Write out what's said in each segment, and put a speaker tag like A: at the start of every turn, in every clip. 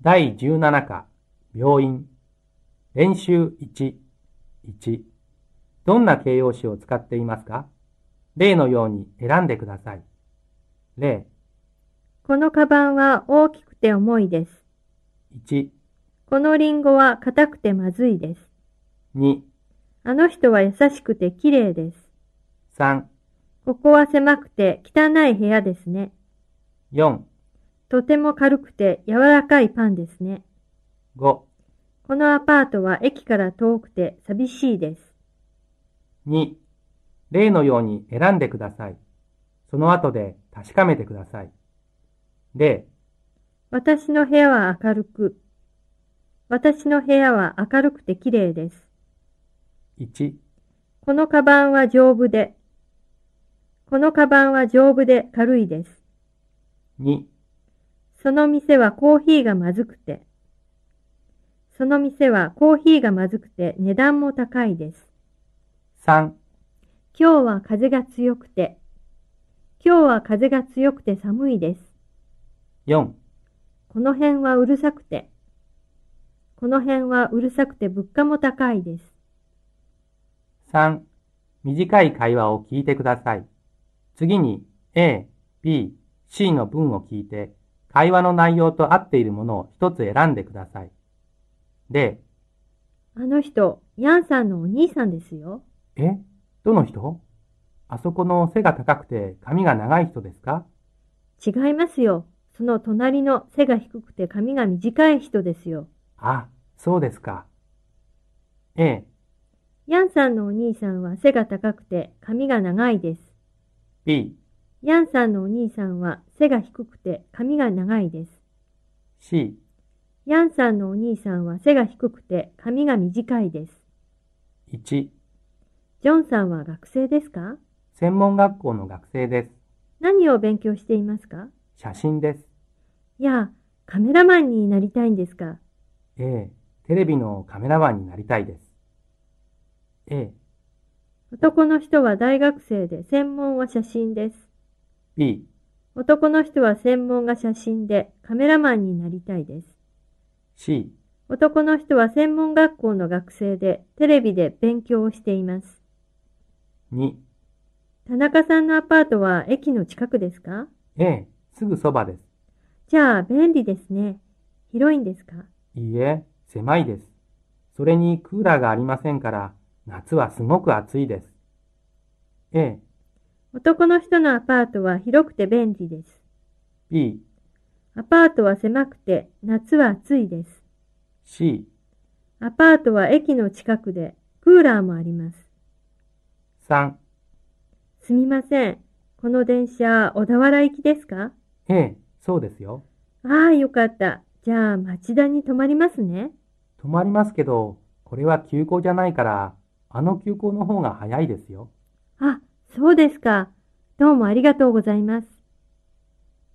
A: 第17課、病院。練習1、1。どんな形容詞を使っていますか例のように選んでください。例、
B: このカバンは大きくて重いです。
A: 1、
B: このリンゴは硬くてまずいです。
A: 2、
B: あの人は優しくて綺麗です。
A: 3、
B: ここは狭くて汚い部屋ですね。
A: 4、
B: とても軽くて柔らかいパンですね。
A: 5、
B: このアパートは駅から遠くて寂しいです。
A: 2、例のように選んでください。その後で確かめてください。例、
B: 私の部屋は明るく。私の部屋は明るくて綺麗です。
A: 1、
B: このカバンは丈夫で。このカバンは丈夫で軽いです。
A: 2、
B: その店はコーヒーがまずくて。その店はコーヒーがまずくて値段も高いです。
A: 3、
B: 今日は風が強くて。今日は風が強くて寒いです。
A: 4、
B: この辺はうるさくて。この辺はうるさくて物価も高いです。
A: 3. 短い会話を聞いてください。次に A、B、C の文を聞いて、会話の内容と合っているものを一つ選んでください。例、
B: あの人、ヤンさんのお兄さんですよ。
A: えどの人あそこの背が高くて髪が長い人ですか
B: 違いますよ。その隣の背が低くて髪が短い人ですよ。
A: あ、そうですか。A、
B: ヤンさんのお兄さんは背が高くて髪が長いです。
A: B、
B: ヤンさんのお兄さんは背が低くて髪が長いです。
A: C、
B: ヤンさんのお兄さんは背が低くて髪が短いです。
A: 1、
B: ジョンさんは学生ですか
A: 専門学校の学生です。
B: 何を勉強していますか
A: 写真です。
B: いや、カメラマンになりたいんですか
A: A、テレビのカメラマンになりたいです。A、
B: 男の人は大学生で専門は写真です。
A: B、
B: 男の人は専門が写真でカメラマンになりたいです。
A: C、
B: 男の人は専門学校の学生でテレビで勉強をしています。
A: 2、
B: 田中さんのアパートは駅の近くですか
A: A、すぐそばです。
B: じゃあ便利ですね。広いんですか
A: いいえ、狭いです。それにクーラーがありませんから、夏はすごく暑いです。A、
B: 男の人のアパートは広くて便利です。
A: B、
B: アパートは狭くて夏は暑いです。
A: C、
B: アパートは駅の近くでクーラーもあります。
A: 3、
B: すみません。この電車、小田原行きですか
A: A、そうですよ。
B: ああ、よかった。じゃあ町田に泊まりますね。
A: 止まりますけど、これは急行じゃないから、あの急行の方が早いですよ。
B: あ、そうですか。どうもありがとうございます。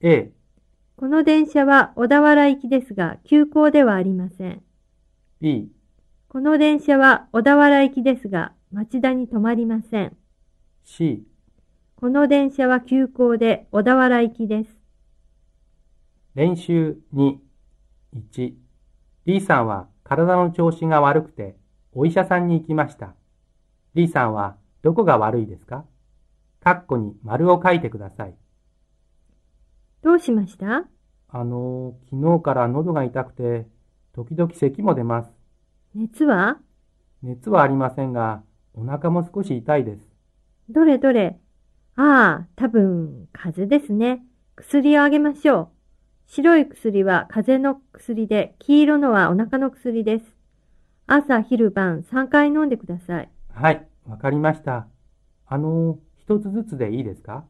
A: A、
B: この電車は小田原行きですが、急行ではありません。
A: B、
B: この電車は小田原行きですが、町田に止まりません。
A: C、
B: この電車は急行で小田原行きです。
A: 練習2、1、D さんは体の調子が悪くて、お医者さんに行きました。D さんはどこが悪いですかカッコに丸を書いてください。
B: どうしました
A: あのー、昨日から喉が痛くて、時々咳も出ます。
B: 熱は
A: 熱はありませんが、お腹も少し痛いです。
B: どれどれああ、多分、風邪ですね。薬をあげましょう。白い薬は風邪の薬で、黄色のはお腹の薬です。朝、昼、晩、3回飲んでください。
A: はい、わかりました。あのー、一つずつでいいですか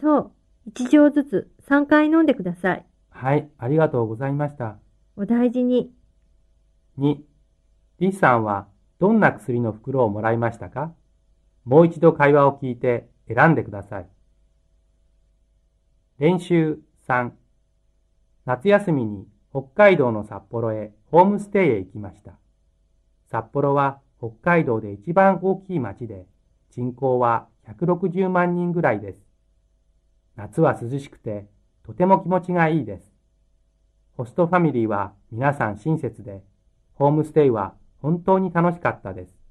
B: そう、1錠ずつ3回飲んでください。
A: はい、ありがとうございました。
B: お大事に。
A: 2. 李さんはどんな薬の袋をもらいましたかもう一度会話を聞いて選んでください。練習3夏休みに北海道の札幌へホームステイへ行きました。札幌は北海道で一番大きい町で人口は160万人ぐらいです。夏は涼しくてとても気持ちがいいです。ホストファミリーは皆さん親切で、ホームステイは本当に楽しかったです。